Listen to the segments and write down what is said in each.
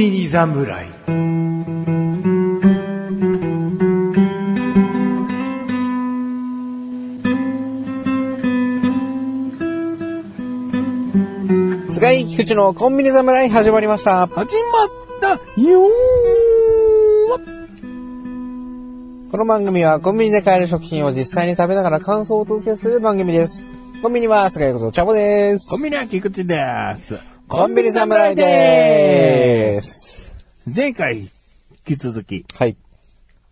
侍菅井菊池のコンビニ侍始まりました。始まったよこの番組はコンビニで買える食品を実際に食べながら感想をお届けする番組です。コンビニは菅井ことチャボですコ。ンビニは菊池です。コンビニ侍でーす。す。前回、引き続き、はい。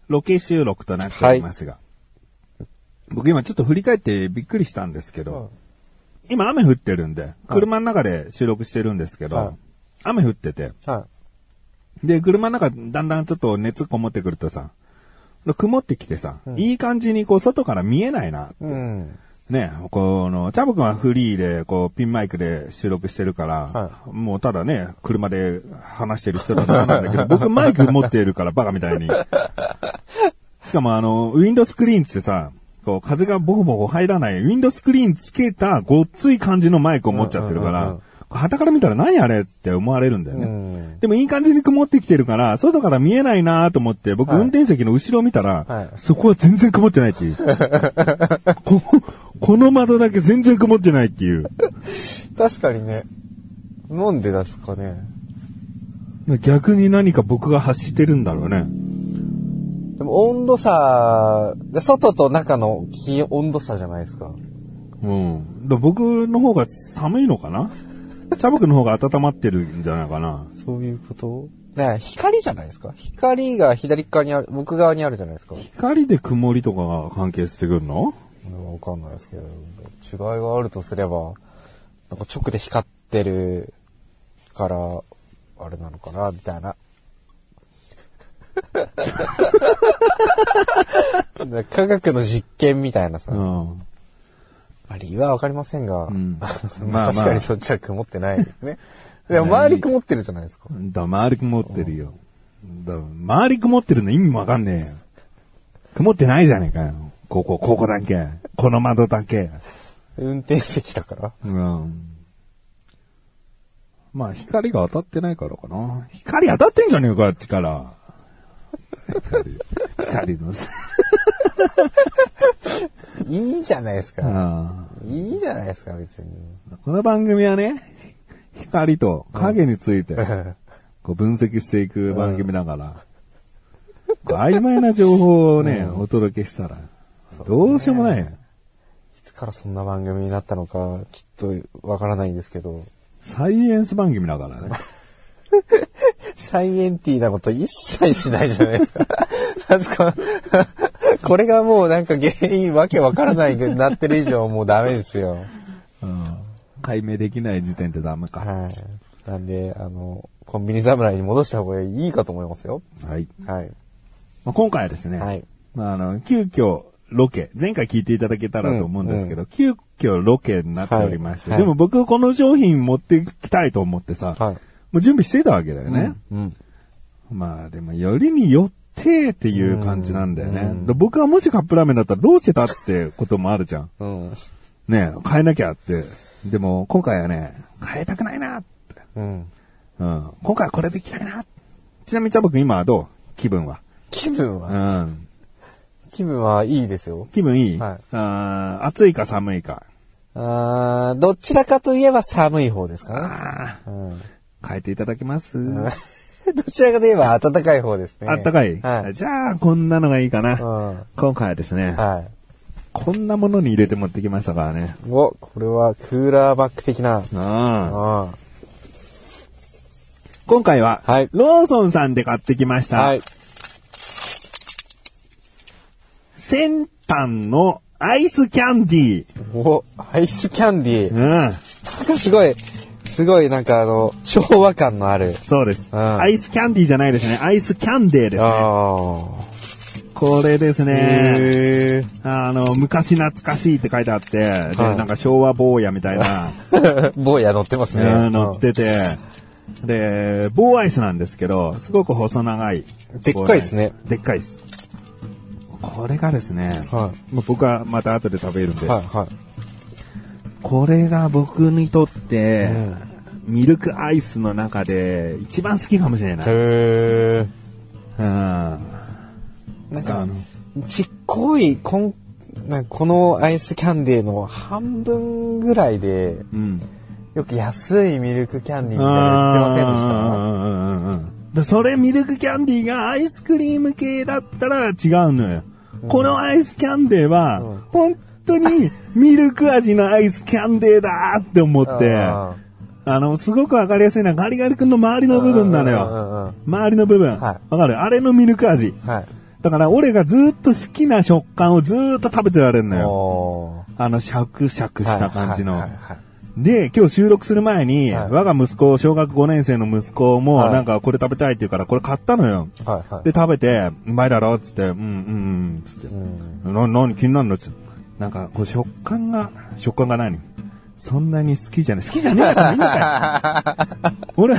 ロケ収録となっておりますが、僕今ちょっと振り返ってびっくりしたんですけど、今雨降ってるんで、車の中で収録してるんですけど、はい雨降ってて、はで、車の中だんだんちょっと熱こもってくるとさ、曇ってきてさ、いい感じにこう外から見えないな。い。うん。ね、この、チャボくんはフリーで、こう、ピンマイクで収録してるから、はもうただね、車で話してる人だとなんだけど、 僕マイク持ってるから、バカみたいに。しかもあの、ウィンドウスクリーンってさ、こう、風がボコボコ入らない、ウィンドウスクリーンつけた、ごっつい感じのマイクを持っちゃってるから、うんうんうんうん旗から見たら何あれって思われるんだよね。うんでもいい感じに曇ってきてるから、外から見えないなと思って、僕はい運転席の後ろ見たら、はいそこは全然曇ってないって いう。こ、この窓だけ全然曇ってないっていう。確かにね、飲んで出すかね。逆に何か僕が発してるんだろうね。でも温度差、外と中の気温度差じゃないですか。うん。だ僕の方が寒いのかなチャボくんの方が温まってるんじゃないかな。そういうことね光じゃないですか。光が左側にある、僕側にあるじゃないですか。光で曇りとかが関係してくるのわかんないですけど、違いがあるとすれば、なんか直で光ってるから、あれなのかな、みたいな。なんか科学の実験みたいなさ、うん。まあ理由はわかりませんが、 んまあまあ確かにそっちは曇ってないですね。でも周り曇ってるじゃないですか。だ、周り曇ってるよ。だ、周り曇ってるの意味わかんねえよ。曇ってないじゃねえかよ。ここ、ここだけ。この窓だけ。運転席だから。うん。まあ、光が当たってないからかな。光当たってんじゃねえか、あっちから。光、光のさ。いいじゃないですか。あいいじゃないですか、別に。あこの番組はね、光と影について、こう分析していく番組だから、こう曖昧な情報をね、お届けしたら、どうしようもないよ。いつからそんな番組になったのか、ちょっとわからないんですけど、サイエンス番組だからね。サイエンティーなこと一切しないじゃないですか。 なんすか、これがもうなんか原因わけわからないになってる以上もうダメですよ。解明できない時点でダメか。はい。なんで、あの、コンビニ侍に戻した方がいいかと思いますよ。はい。はい。まあ、今回はですね、はいまあ、あの、急遽ロケ、前回聞いていただけたらと思うんですけど、急遽ロケになっておりまして、はいはいでも僕この商品持ってきたいと思ってさ、はいもう準備してたわけだよね。うん。まあでも、よりによってっていう感じなんだよね。で僕はもしカップラーメンだったらどうしてたってこともあるじゃん。うん。ねえ変えなきゃって。でも、今回はね、変えたくないなって。うん。うん。今回はこれでいきたいな。ちなみに、チャボくん今はどう気分は。気分は、うん。気分はいいですよ。気分いい、はいあー暑いか寒いか。あーどちらかといえば寒い方ですかね。あーうん。変えていただけます、 どちらかといえば暖かい方ですね。あったかい、はい。じゃあ、こんなのがいいかな。うん。今回はですね、はい。こんなものに入れて持ってきましたからね。お、これはクーラーバッグ的な。うああん。今回は、はいローソンさんで買ってきました。はい。先端のアイスキャンディー。お、アイスキャンディー。 うん。なんかすごい、すごいなんかあの、昭和感のある。そうです。うんアイスキャンディーじゃないですね。アイスキャンデーですね。あこれですあ。ね。へえ。あの、昔懐かしいって書いてあって、で、はいなんか昭和坊やみたい な、坊や乗ってますね。うん乗ってて、で、棒アイスなんですけど、すごく細長い。でっかいですね棒アイス。でっかいです。これがですね、はもう僕はまた後で食べるんうで、ん。はい、はい。これが僕にとって、ミルクアイスの中で一番好きかもしれない。へうん。え。なんかあの、ちっこい、こん、なんかこのアイスキャンデーの半分ぐらいで、うん。よく安いミルクキャンディーみたいなの売ってませんでしたでそれミルクキャンディーがアイスクリーム系だったら違うのよ。このアイスキャンデーは、うん本当にミルク味のアイスキャンデーだって思って、あうんの、すごくわかりやすいのはガリガリ君の周りの部分なのうんうんうんようん。周りの部分。わ、はかるあれのミルク味。はい。だから俺がずっと好きな食感をずっと食べてられるのよ。おあの、シャクシャクーした感じの。はいはいはいで、今日収録する前に、はい我が息子、小学5年生の息子も、はいなんかこれ食べたいって言うから、これ買ったのよ。はいはいはい。で、食べて、うまいだろっつって、うん、うん、うん、つってう。んな、なに気になるのつって。なんか、こう食感が、食感が何そんなに好きじゃない。好きじゃねえやつもいいのかよ。俺、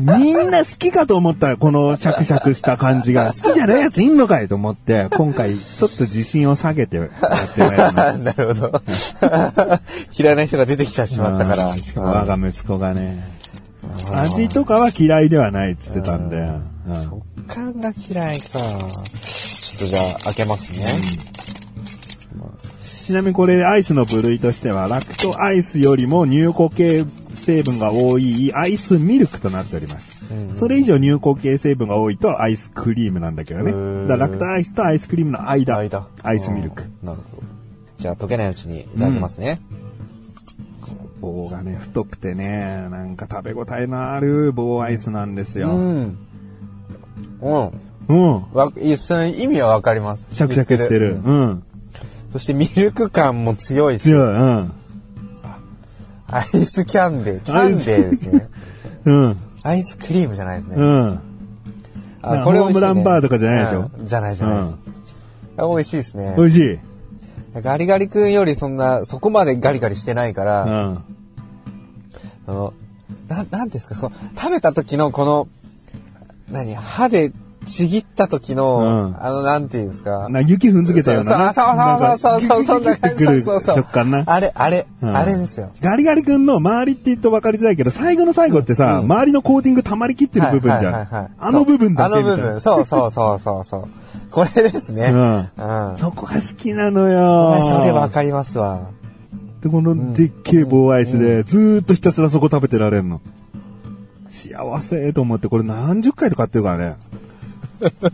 みんな好きかと思ったよこのシャクシャクした感じが。好きじゃないやついんのかいと思って、今回、ちょっと自信を下げてやってまいりました。あなるほど。 嫌いな人が出てきちゃしまったから。うんしかも我が息子がね、味とかは嫌いではないっつってたんで、うん食感が嫌いか。ちょっとじゃあ、開けますね。ちなみにこれアイスの部類としては、ラクトアイスよりも乳固形成分が多いアイスミルクとなっております。それ以上乳固形成分が多いとアイスクリームなんだけどねへ。ーだからラクトアイスとアイスクリームの間、間。アイスミルク。うん。なるほど。じゃあ、溶けないうちにいただきますね。棒がね、太くてね、なんか食べ応えのある棒アイスなんですうよ。ん。うん。うん。わ、いその意味はわかります。シャクシャクしてる。。うん。そしてミルク感も強いし。強い。うん。アイスキャンデー。キャンデーですね。うん。アイスクリームじゃないですね。うん。なんか美味しいねホームランバーとかじゃないでしょうんじゃないじゃないです。あ美味しいですね美。味しい。うん。ガリガリ君よりそんな、そこまでガリガリしてないから、ああの、な、なんですか、その、食べた時のこの、何、歯でちぎった時の、うんあの、なんていうんですか。な雪踏んづけたようなな。そうそうそうそうそう、そんな感じ。そうそうそう。食感な。あれ、あれ、うんあれですよ。ガリガリ君の周りって言うと分かりづらいけど、最後の最後ってさ、周りのコーティング溜まりきってる部分じはゃいはいはいはいん。あの部分だけそうみたあのい部な分。。そうそうそうそうそう。これですね。うんうん。そこが好きなのお前よ。それわかりますわ。で、このでっけえ棒アイスで、ずーっとひたすらそこ食べてられんの。幸せと思って、これ何十回とかやってる からね。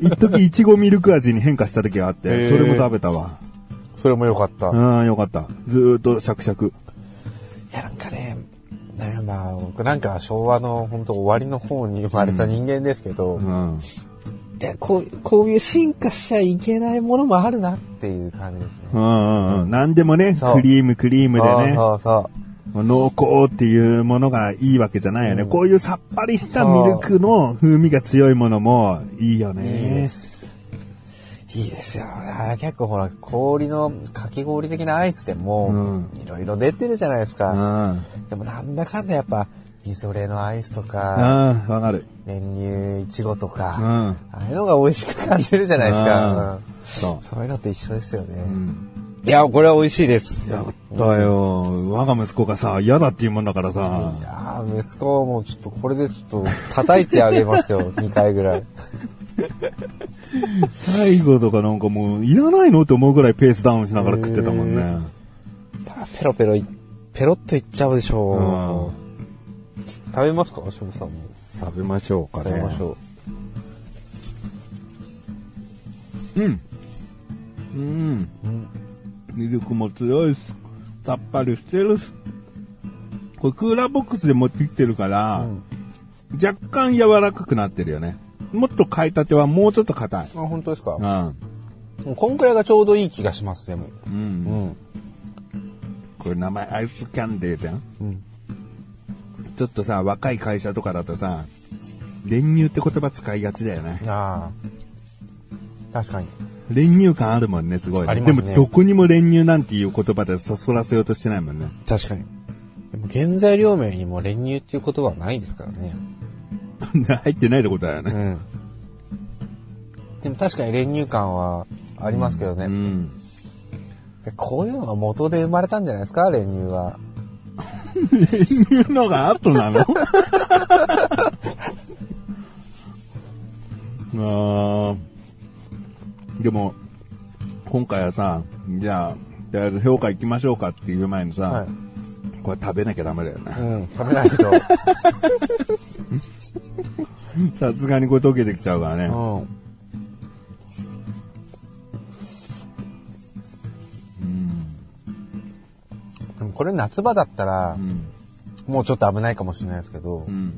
一時いちごミルク味に変化した時があっへて、ーそれも食べたわ。それもよかった。うん、よかった。ずーっとシャクシャク。いや、なんかね、ねまあ、僕なんか昭和の本当終わりの方に生まれた人間ですけど、うん。いやこう、こういう進化しちゃいけないものもあるなっていう感じですね。うんうんうん。何でもね、そうクリームクリームでね、そうそう濃厚っていうものがいいわけじゃないよね。こういうさっぱりしたミルクの風味が強いものもいいよそう。いいでね。す。いいですよ。あー結構ほら、氷の、かき氷的なアイスでも、いろいろ出てるじゃないですうん。か。あでもなんだかんだやっぱ、みぞれのアイスとか、あ、わかる。練乳いちごとか、うんああいうのが美味しく感じるじゃないですか。ううんんそそういうのと一緒ですよね。ん。いや、これは美味しいです。いうややったよ。我が息子がさ、嫌だっていうもんだからさ、ー息子はもうちょっとこれでちょっと叩いてあげます よ、2回ぐらい。最後とかなんかもう、いらないのって思うぐらいペースダウンしながら食ってたもんへね。ペロペロい、ペロっといっちゃうでしうょんう。食べますか、しょさんも。食べましょうかね。食べましょうん。うん。ミルクも強いし、さっぱりしてるし。これクーラーボックスで持ってきてるから、若干柔らかくなってるよね。もっと買いたてはもうちょっと硬い。う。あ、本当ですかう。ん。もうこんくらいがちょうどいい気がします、でも。うん。うん。これ名前アイスキャンデーじゃん、うんちょっとさ、若い会社とかだとさ、練乳って言葉使いがちだよね。ああ。確かに。練乳感あるもんね、すごい、ありますねでもどこにも練乳なんていう言葉でそそらせようとしてないもんね。 確かに。でも原材料名にも練乳っていうことはないですからね。入ってないってことだよね。うん。でも確かに練乳感はありますけどね。うん。でこういうのが元で生まれたんじゃないですか練乳は。いうのが後なの あーでも、今回はさ、じゃあ、とりあえず評価行きましょうかっていう前にさ、はいこれ食べなきゃダメだよね。うん、食べないと。さすがにこれ溶けてきちゃうからね。 うん。でもこれ夏場だったら、もうちょっと危ないかもしれないですけどう、ん。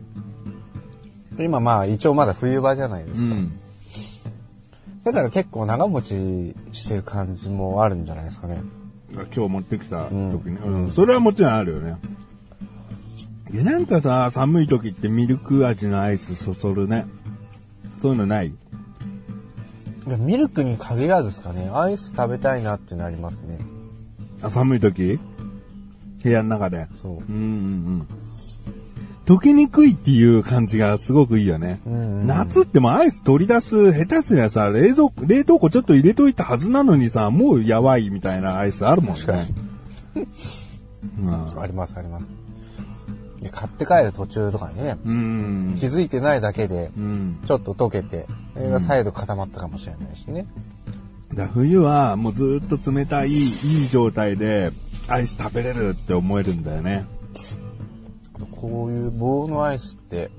今まあ一応まだ冬場じゃないですうか。ん。だから結構長持ちしてる感じもあるんじゃないですかね。今日持ってきた時ね、うんうんそれはもちろんあるよね。で、なんかさ、寒い時ってミルク味のアイスそそるね。そういうのないいやミルクに限らずですかね、アイス食べたいなってなりますね。あ寒い時部屋の中で。そううんうんうん。溶けにくいっていう感じがすごくいいよね。んうんうん夏ってもうアイス取り出す、下手すりゃさ、冷蔵庫、冷凍庫ちょっと入れといたはずなのにさ、もうやばいみたいなアイスあるもんね。確かにうん ありますあります。で買って帰る途中とかにね、うん。気づいてないだけで、うん。ちょっと溶けて、それが再度固まったかもしれないしね。だから冬はもうずっと冷たい、いい状態でアイス食べれるって思えるんだよね。あとこういう棒のアイスって、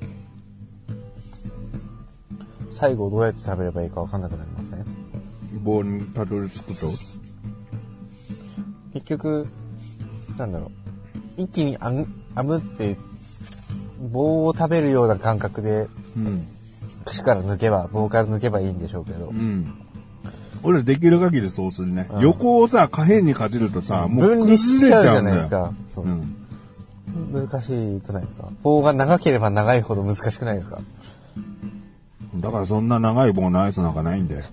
最後どうやって食べればいいかわかんなくなりません棒にたどり着くと。結局、なんだろう。一気にあむ、あむって、棒を食べるような感覚で、うん。串から抜けば、棒から抜けばいいんでしょうけどう、ん。俺できる限りそうするね。横をさ、可変にかじるとさ、もう分離しちゃうじゃないで崩れちゃうすんだよ。か。そううん。難しくないですか棒が長ければ長いほど難しくないですかだからそんな長い棒のアイスなんかないんで。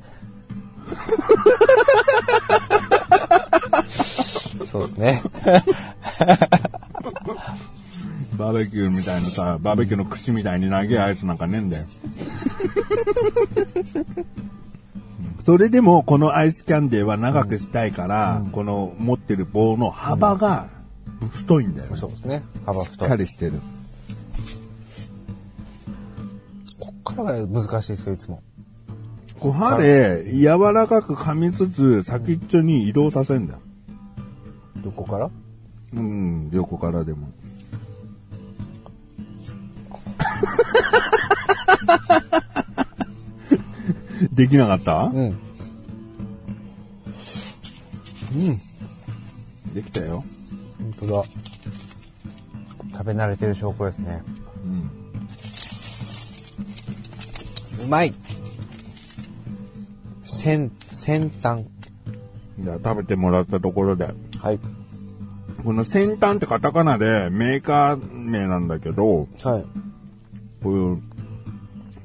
そうですね。 バーベキューみたいなさ、バーベキューの串みたいに長いアイスなんかねえんだ よ。それでもこのアイスキャンデーは長くしたいから、この持ってる棒の幅が太いんだよね。そうですね。幅しっ太いか。りしてる。こっからが難しいですよ、いつも。こう歯で柔らかく噛みつつ先っちょに移動させんだよ。どこからうん、横からで も。できなかったうん。できたよ。本当だ。食べ慣れてる証拠ですね。うん。うまい先、先端。じゃあ食べてもらったところで。はい。この先端ってカタカナでメーカー名なんだけど、はい。こういう、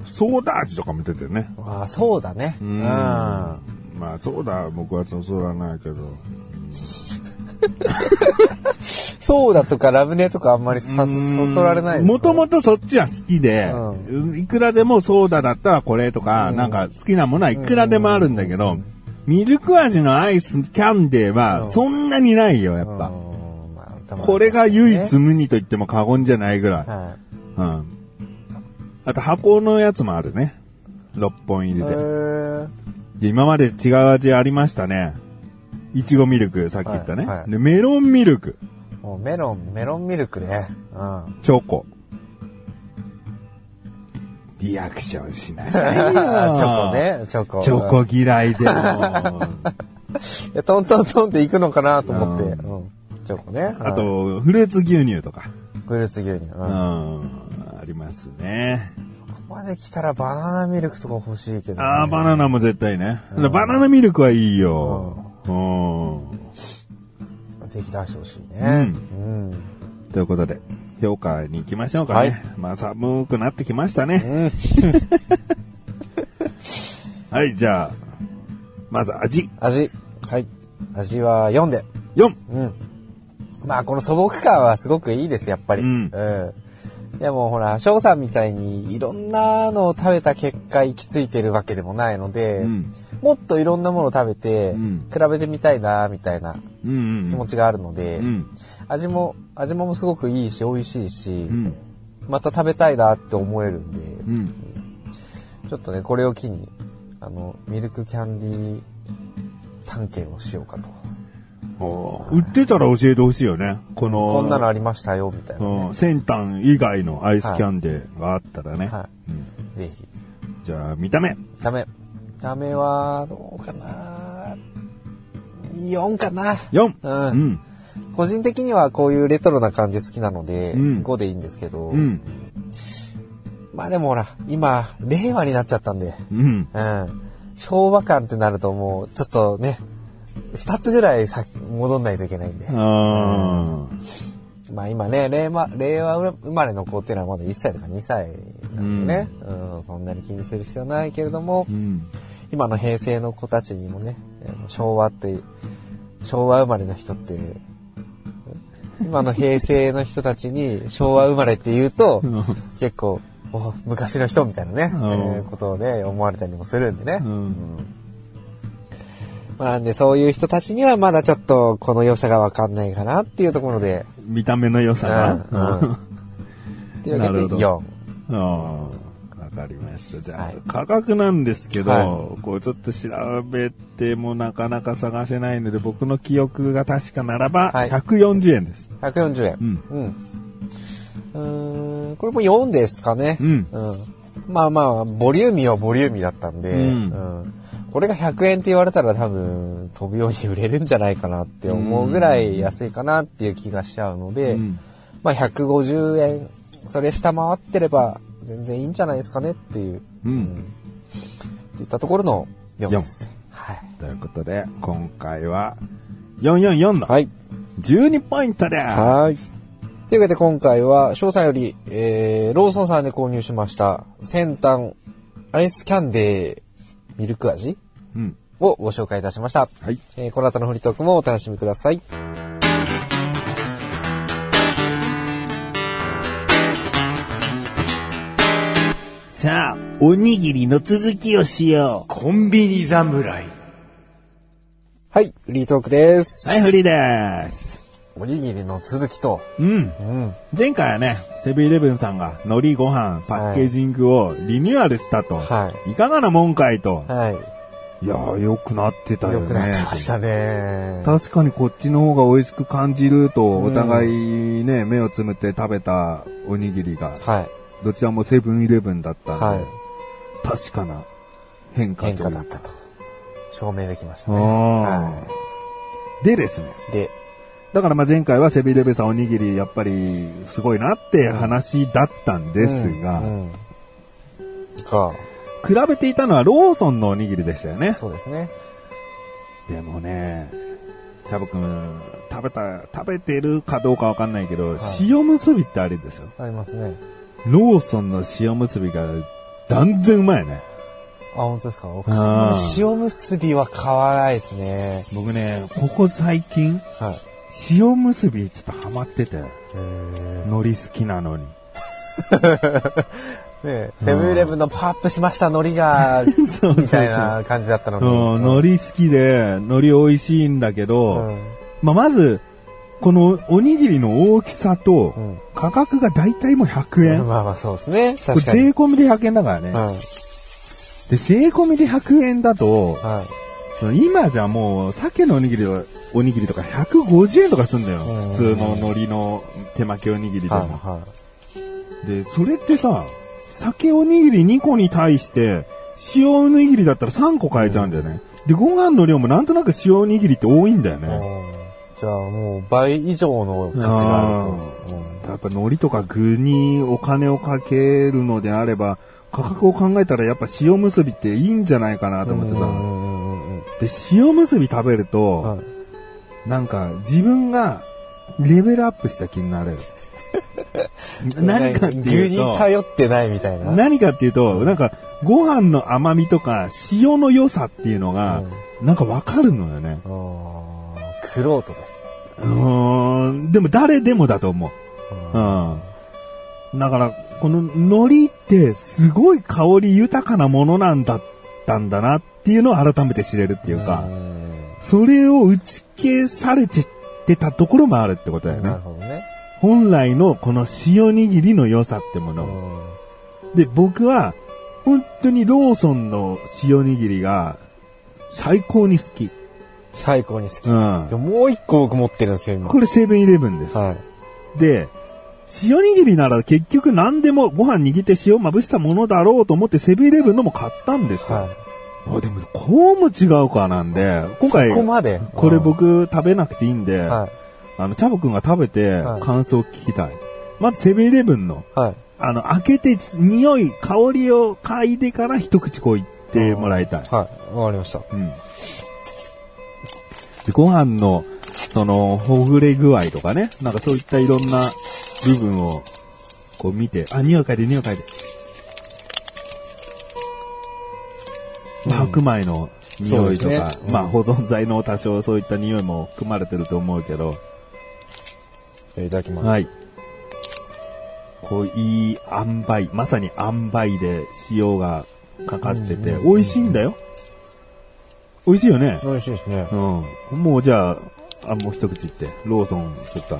ソーダ味とかも出てるね。ああ、そうだね。うん。ままあソーダ、僕はそうらないけど。そうだとかラムネとかあんまりさ、そそられないですかもともとそっちは好きで、いくらでもソーダだったらこれとか、なんか好きなものはいくらでもあるんだけど、ミルク味のアイスキャンデーはそんなにないよ、やっうぱ。んまあたまにこれが唯一ね無二と言っても過言じゃないぐらい。はうん。あと箱のやつもあるね。6本入い。りへで。ーで今まで違う味ありましたね。いちごミルク、さっき言ったね。はいはいでメロンミルク、もうメロン、メロンミルクね。うん。 チョコ。リアクションしない。チあチョコ。ね、チョコ。チョコ嫌いでも。いやトントントンっていくのかなと思って。うん。チョコね。 あはい、と、フルーツ牛乳とか。フルーツ牛乳。う、うんん。こありますね。こまで来たらバナナミルクとか欲しいけど、ね。ああ、バナナも絶対ね。バナナミルクはいいよ。うん。ぜひ出してほしいね。ううん。ということで、評価に行きましょうかね。はいまあ寒くなってきましたね。 はい、じゃあ、まず味味。はい。味は4で。 4。うん。まあ、この素朴感はすごくいいです、やっぱり。うんうんでもほら、翔さんみたいにいろんなのを食べた結果行き着いてるわけでもないので、うんもっといろんなものを食べて、うん比べてみたいな、みたいなうんうん。気持ちがあるので、うん。味も、味もすごくいいし、美味しいし、うん。また食べたいなって思えるんで、うん。ちょっとね、これを機に、あの、ミルクキャンディー探検をしようかと。おー売ってたら教えてほしいよね。この、こんなのありましたよ、みたいなね。うん、先端以外のアイスキャンデーがあったらね。はうんい。ぜひ。じゃあ、見た目。ダメ。ダメは、どうかな ?4 かな 4! ううんん。個人的にはこういうレトロな感じ好きなので、うん5でいいんですけど、うん。まあでもほら、今、令和になっちゃったんで、うん。うん。昭和感ってなるともう、ちょっとね、2つぐらいさ戻んないといけないんで。あまあ今ね、令和、令和生まれの子っていうのはまだ1歳とか2歳なんでね、うん、そんなに気にする必要ないけれどもー。う、ん。今の平成の子たちにもね、あの昭和って、昭和生まれの人って、今の平成の人たちに昭和生まれって言うと、結構、お昔の人みたいなね、えうんーことをね、思われたりもするんでね。うん。まあなんでそういう人たちにはまだちょっとこの良さがわかんないかなっていうところで、見た目の良さうんうんが。っていうわなけでるほど4。うん。わかりました。じゃあ、はい価格なんですけど、はこうちょっと調べてもなかなか探せないので、僕の記憶が確かならば、はい140円です。 140円。うん。うん。うーん、これも4ですかね。うんまあまあ、ボリューミーはボリューミーだったんで、うんうんこれが100円って言われたら多分、飛ぶように売れるんじゃないかなって思うぐらい安いかなっていう気がしちゃうので、うんまあ150円、それ下回ってれば全然いいんじゃないですかねっていう、うんっていったところの4ですね。はい。ということで、今回は、444のはい。 12ポイントです。はい。というわけで今回は、翔さんより、えー、ローソンさんで購入しました、先端、アイスキャンデー、ミルク味うん。をご紹介いたしました。はい。えー、この後のフリートークもお楽しみください。さあ、おにぎりの続きをしよう。コンビニ侍。はい、フリートークです。はい、フリーです。おにぎりの続きと、うん。うん。前回はね、セブンイレブンさんが海苔ご飯パッケージングをリニューアルしたと。。はいかがなもんかいと。はい。いやー、良くなってたよ良ね。くなってましたね。確かにこっちの方が美味しく感じると、お互いね、目をつむって食べたおにぎりが、はい。どちらもセブンイレブンだったんで、はい確かな変化とい変う化だったと。証明できましたあね。ーはでですね。い。で、だからまあ前回はセブンイレブンさんおにぎりやっぱりすごいなって話だったんですが、うん。か、比べていたのはローソンのおにぎりでしたよね。そうですね。でもね、チャボくん、食べた、食べてるかどうかわかんないけど、塩むすびってあれですよ。ありますね。ローソンの塩むすびが断然うまいね。あ、本当ですか僕うん塩むすびは買わないですね。僕ね、ここ最近、はい。塩むすびちょっとハマってて、海苔好きなのに。ねセブンイレブンのパワーアップしました海苔が、そうそうそうみたいな感じだったのうで。ん、海苔好きで、海苔美味しいんだけど、うんまあ、まず、このおにぎりの大きさとん、価格が大体もう100円。まあまあそうですね。これ確か税に。込みで100円だからね。うん。はい。で、税込みで100円だと、その今じゃもう、鮭のおにぎりは、おにぎりとか150円とかすんだよ。うん普通の海苔の手巻きおにぎりではい。も。はで、それってさ、鮭おにぎり2個に対して、塩おにぎりだったら3個買えちゃうんだよね。で、ご飯の量もなんとなく塩おにぎりって多いんだよい。ね。うんじゃあもう倍以上の価値があると。うんやっぱ海苔とか具にお金をかけるのであれば、価格を考えたらやっぱ塩むすびっていいんじゃないかなと思ってうさ。んうんうんうんで、塩むすび食べると、はいなんか、自分が、レベルアップした気になれる。 何かって牛いうにと、頼ってないみたいな。何かっていうと、なんか、ご飯の甘みとか、塩の良さっていうのが、なんかわかるのよね。うんクロートです。うーん、でも誰でもだと思う。うん。だから、この海苔ってすごい香り豊かなものなんだったんだなっていうのを改めて知れるっていうか、んそれを打ち消されちゃってたところもあるってことだよなるね。ほどね。本来のこの塩握りの良さってもうのをん。で、僕は、本当にローソンの塩握りが、最高に好き。最高に好き。うんで。ももう一個僕持ってるんですよ、今。これセブンイレブンです。はい。で、塩握りなら結局何でもご飯握って塩まぶしたものだろうと思ってセブンイレブンのも買ったんですよ。はあでも、こうも違うかなんで、い。今回そ、こまで。これうん僕食べなくていいんで、はあの、チャボくんが食べてはい感想を聞きたい。まずセブンイレブンの、い。はい。あの、開けて匂い、香りを嗅いでから一口こう言ってもらいたい。はい。わかりました。うん。でご飯の、その、ほぐれ具合とかね、なんかそういったいろんな部分を、こう見て、あ、匂い嗅いで、匂い嗅いで。白米の匂いとそうか、ですねうんまあ保存剤の多少そういった匂いも含まれてると思うけど、いただきます。はい。こう、いい塩梅まさに塩梅で塩がかかってて、うん美味しいんだよ。美味しいよね。美味しいですねう。ん。もうじゃあ、あ、もう一口いって、ローソン、ちょっと。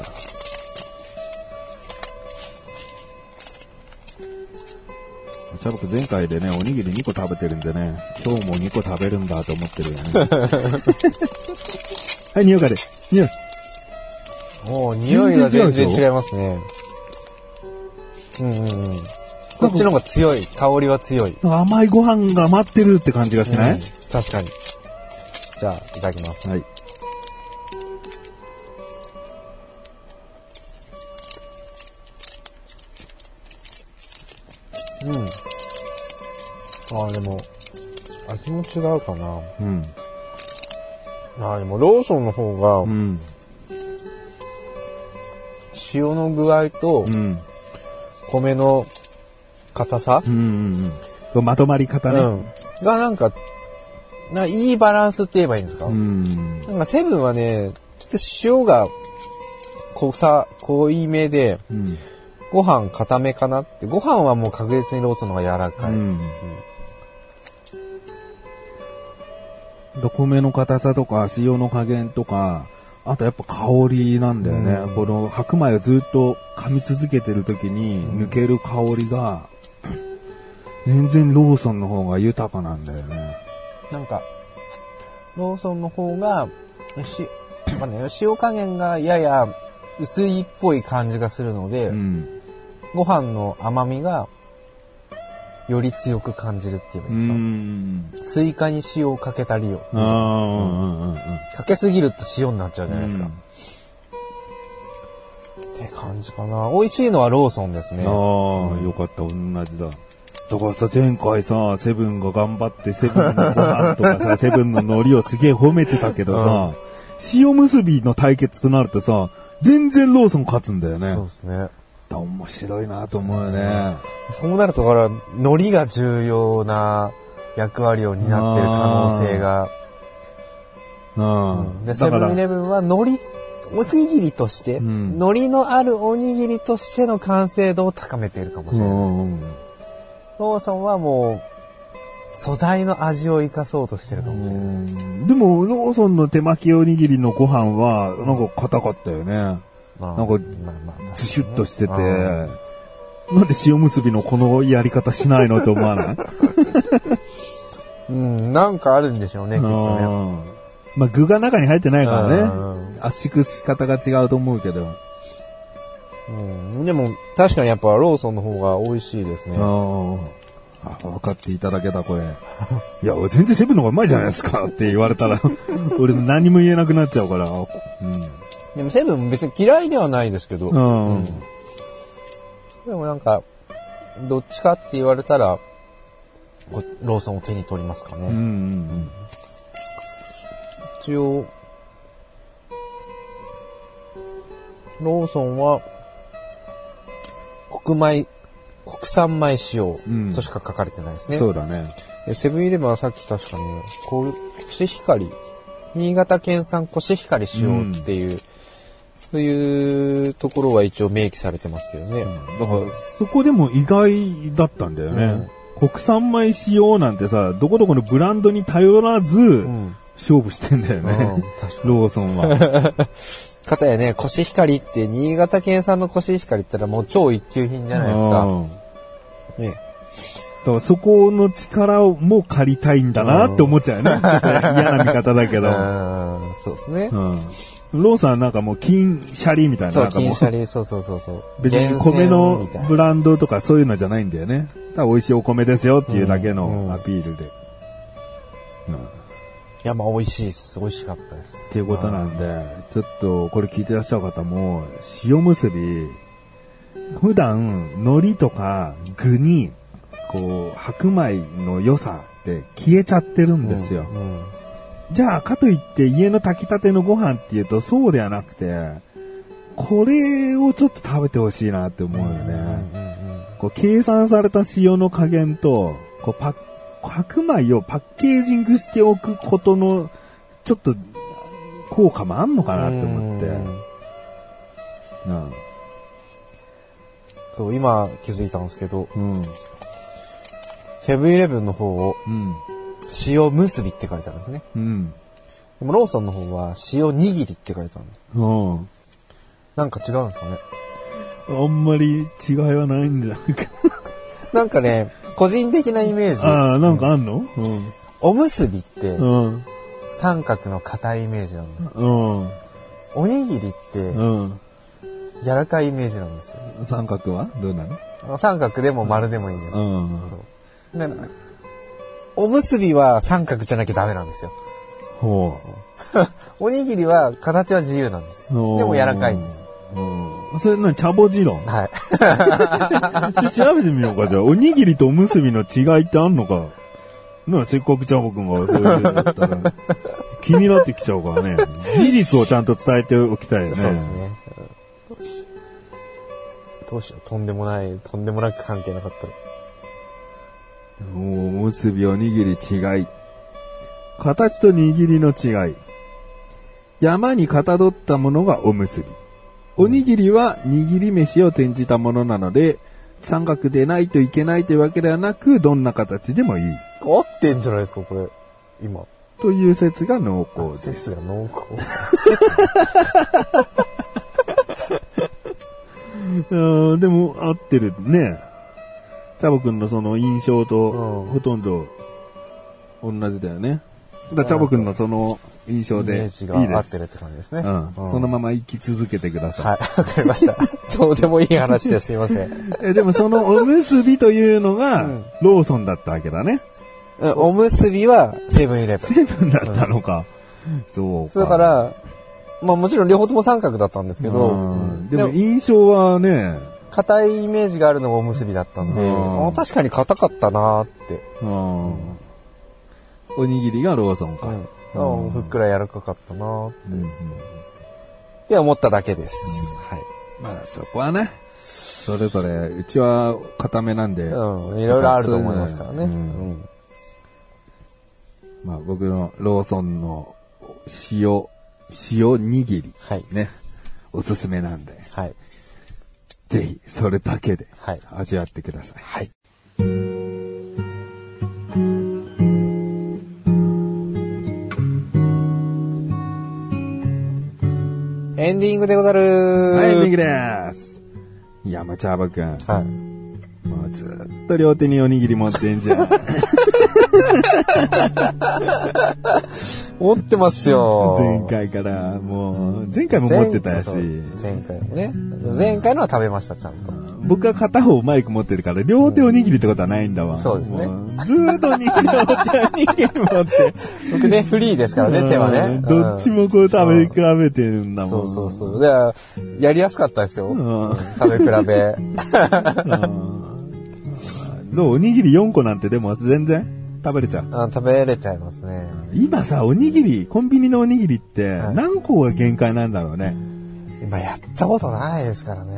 チャボく前回でね、おにぎり2個食べてるんでね、今日も2個食べるんだと思ってるよね。はい、匂いかで。匂い。もう匂いが全然違いますね。うんうんうん。こっちの方が強い。香りは強い。甘いご飯が待ってるって感じがしない、うん確かに。じゃあ、いただきます。はい。うん。ああ、でも、味も違うかな。うん。ああ、でも、ローソンの方うが、ん。塩の具合とう、ん。米の硬さ、うんうんうん。まとまり方うね。ん。が、なんか、なんかいいバランスって言えばいいんですか、うん。なんか、セブンはね、ちょっと塩が、濃さ、濃いめで、うん。ご飯固めかなって。ご飯はもう確実にローソンの方が柔らかい。どこめの硬さとか、塩の加減とか、あとやっぱ香りなんだよね。うんこの白米をずっと噛み続けてる時に抜ける香りが、全然ローソンの方が豊かなんだよね。なんか、ローソンの方が、し、まあね、塩加減がやや薄いっぽい感じがするので、うん。ご飯の甘みが、より強く感じるって言えばういいんでん。すか。スイカに塩をかけたりよ。ああ、うんうんうん。かけすぎると塩になっちゃうじゃないですか。あって感じかな。美味しいのはローソンですね。あ、よかった、同じだ。だからさ、前回さ、セブンが頑張って、セブンのご飯とか さ、セブンの海苔をすげえ褒めてたけどさ、塩結びの対決となるとさ、全然ローソン勝つんだよね。そうですね。面白いなと思うよね。そうなると、だから、海苔が重要な役割を担ってる可能性が。うん。で、だセかブンイら、レブンは海苔、おにぎりとして、うん海苔のあるおにぎりとしての完成度を高めているかもしうれない。んうんローソンはもう、素材の味を生かそうとしてるかもしれない。うんでも、ローソンの手巻きおにぎりのご飯は、なんか硬かったよね。まあなんかまあまあ確かにねズシュッとしてて、うなんんで塩結びのこのやり方しないのと思わないうん、なんかあるんでしょうね、きっとね。まあ、具が中に入ってないかうらんね。圧縮し方が違うと思うけど。うん、でも、確かにやっぱローソンの方が美味しいですね。ああ、分かっていただけた、これ。 いや、俺全然セブンの方がうまいじゃないですかって言われた ら、俺何も言えなくなっちゃうから。うでもセブン別に嫌いではないですけど、ん。うん。でもなんか、どっちかって言われたら、こローソンを手に取りますかね。うんうん一応、ローソンは、国米、国産米使用うんとしか書かれてないですうん。ね。そうだね。でセブンイレブンはさっき確かに、こう、コシヒカリ、新潟県産コシヒカリ使用っていう、そういうところは一応明記されてますけどね。だから、そこでも意外だったんだよね。国産米使用なんてさ、どこどこのブランドに頼らず、ん勝負してんだよね。うん確かローソン は。かたやね、コシヒカリって、新潟県産のコシヒカリって言ったらもう超一級品じゃないですか。うんね。だからそこの力をもう借りたいんだなって思っちゃうよね。 嫌な見方だけうど。ん、そうですね。うん。ローソンはなんかもう金シャリみたいな。そなう、んかも金シャリ、そうそうそうそう。別に厳選米のみたいブなランドとかそういうのじゃないんだよね。ただ美味しいお米ですよっていうだけうんうのんアピールで。うんいや、まあ美味しいです。美味しかったです。っていうことなんで、ちょっとこれ聞いてらっしゃる方も、塩むすび、普段、海苔とか具に、こう、白米の良さって消えちゃってるんですよ。うんじゃあ、かといって家の炊きたてのご飯っていうとそうではなくて、これをちょっと食べてほしいなって思うよね。こう計算された塩の加減と、こうパッ白米をパッケージングしておくことの、ちょっと、効果もあんのかなって思って。うんうん。そう、今気づいたんですけど、うん。セブンイレブンの方をうん。塩結びって書いてあるんですね。うん。でもローソンの方は塩握りって書いてあるうの。ん。なんか違うんですかね。あんまり違いはないんじゃないか。なんかね、個人的なイメージ。ああ、なんかあんのうん。おむすびってうん。三角の硬いイメージなんです。うん。おにぎりってうん。柔らかいイメージなんですよ。三角はどうなの三角でも丸でもいいんです。うん。でおむすびは三角じゃなきゃダメなんですよ。ほおにぎりは形は自由なんです。う。でも柔らかいんです。。うん。それなに、チャボジロ ンはい。ちょっと調べてみようか、じゃあ。おにぎりとおむすびの違いってあんのか。なあせっかくちゃんこくんがそういうのだった ら、気になってきちゃうからね。事実をちゃんと伝えておきたいよね。そうですね。どうしよう。とんでもない、とんでもなく関係なかったら。おむすび、おにぎり違い。形と握りの違い。山にかたどったものがおむすび。おにぎりは握り飯を転じたものなので、三角でないといけないというわけではなく、どんな形でもいい。合ってんじゃないですか、これ。今。という説が濃厚です。説が濃厚。うんでも合ってるね。チャボくんのその印象とうんほとんど同じだよね。だからチャボくんのその印象イメでいいーです。ジうが合ってん。るって感じですね。うんそのまま生き続けてください。はい、わかりました。どうでもいい話です。すいません。えでもそのおむすびというのがうんローソンだったわけだね。うんおむすびはセブンイレブン。セブンだったのか。そうか。だか、ら、まあもちろん両方とも三角だったんですけど、うんででもも印象はね、硬いイメージがあるのがおむすびだったんで、うんあ確かに硬かったなーって。うんおにぎりがローソンか。うんあふっくら柔らかかったなーっうんうんて思っただけです。はい。まあそこはね、それぞれ、うちは固めなんで、うん、いろいろあると思いますからね。ううんん。まあ僕のローソンの塩、塩握り、はい。ね、おすすめなんで、はい。ぜひそれだけではい味わってください。はい。エンディングでござるはい、エンディンーグです。いや、まあ、チャーバくん、はい。もうずっと両手におにぎり持ってんじ ゃん。ず持ってますよ。前回から、もう、前回も持ってたし、前回もね。前回のは食べました、ちゃんと。僕は片方マイク持ってるから、両手おにぎりってことはないんだわ。そうですねもうずーっとおにぎり持って、おにぎり持って。僕ね、フリーですからね、手はうね。んどっちもこう食べ比べてるんだうん。もそん。うそうそう。で、やりやすかったですよ。ん食べ比べ。 どうおにぎり4個なんてでも全然食べれちゃう。あ食べれちゃいますね。今さ、おにぎり、コンビニのおにぎりってはい何個が限界なんだろうね。今やったことないですからね。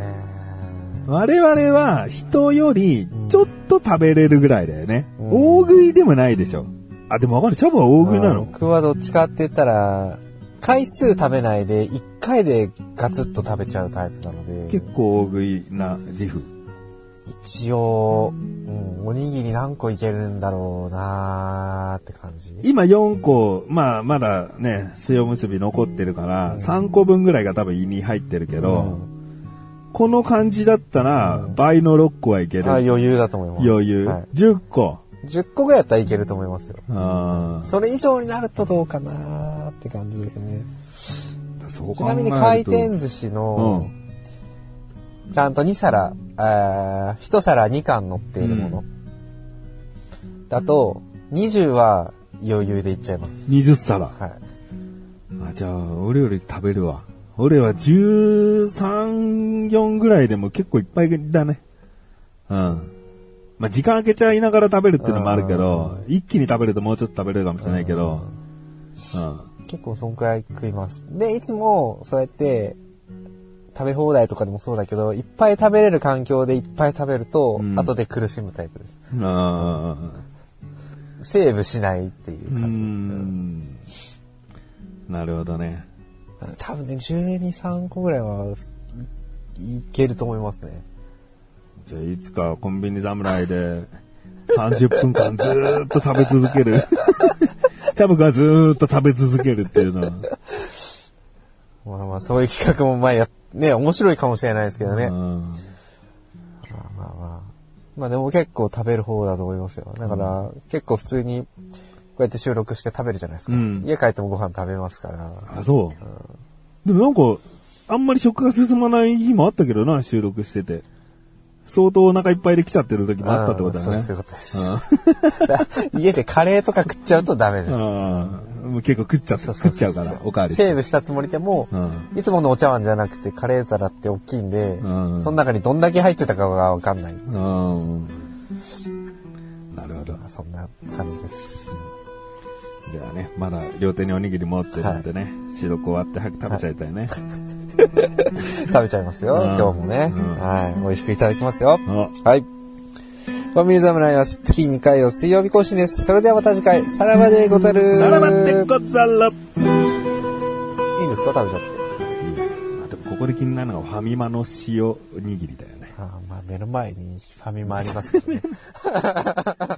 我々は人よりちょっと食べれるぐらいだよね。うん大食いでもないでしょ。あ、でもわかる。チャボは大食いなうんの僕はどっちかって言ったら、回数食べないで一回でガツッと食べちゃうタイプなので結、構大食いな自負。一応、うん、おにぎり何個いけるんだろうなーって感じ。今4個、まあまだね、塩結び残ってるから、3個分ぐらいが多分胃に入ってるけど、うんこの感じだったら、倍の6個はいける。あ余裕だと思います。余裕。はい。 10個。 10個ぐらいやったらいけると思いますよ。あそれ以上になるとどうかなーって感じですね。あ。そこちなみに回転う寿司んの、。ちゃんと2皿、あー1皿2貫乗っているもの、だと、20は余裕でいっちゃいます。 20皿。はい。あ、じゃあ、俺より食べるわ。俺は13、4ぐらいでも結構いっぱいだね。うん。まあ、時間空けちゃいながら食べるっていうのもあるけど、一気に食べるともうちょっと食べれるかもしれないけど、うん。結構そんくらい食います。で、いつもそうやって、食べ放題とかでもそうだけど、いっぱい食べれる環境でいっぱい食べると、うん後で苦しむタイプです。あセーブしないっていうーうー感じ。ん。なるほどね。多分ね、12、3個ぐらいは、いいけると思いますね。じゃあ、いつかコンビニ侍で30分間ずーっと食べ続け る。チャブがずーっと食べ続けるっていうのは。まあまあ、そういう企画も前やっ、ね、面白いかもしれないですけどね。うまんあまあまあ。まあでも結構食べる方だと思いますよ。だから、結構普通に、こうやって収録して食べるじゃないですか。うん家帰ってもご飯食べますから。あ、そう。でもなんか、あんまり食が進まない日もあったけどな、収録してて。相当お腹いっぱいできちゃってる時もあったってことだうんねそう。いうことです。 家でカレーとか食っちゃうとダメです。ああ、もう結構食っちゃそう食そうそうっちゃうから、おかわりして。セーブしたつもりでも、ういつものお茶碗じゃなくてカレー皿って大きいんで、んその中にどんだけ入ってたかがわかんない。うん。なるほど。そんな感じです。じゃあね、まだ両手におにぎり持ってるんでね、収録終わって早く食べちゃいたいね。食べちゃいますよ、うん今日もね、うんはい。美味しくいただきますよ。あはい。ファミリー侍は月2回を水曜日更新です。それではまた次回、さらばでござる。さらばっていござらいんですか食べちゃって。あでもここで気になるのがファミマの塩おにぎりだよね。あーまあ、目の前にファミマありますけどね。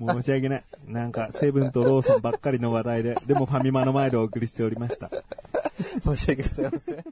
申し訳ない。なんか、セブンとローソンばっかりの話題で、でもファミマの前でお送りしておりました。申し訳ございません。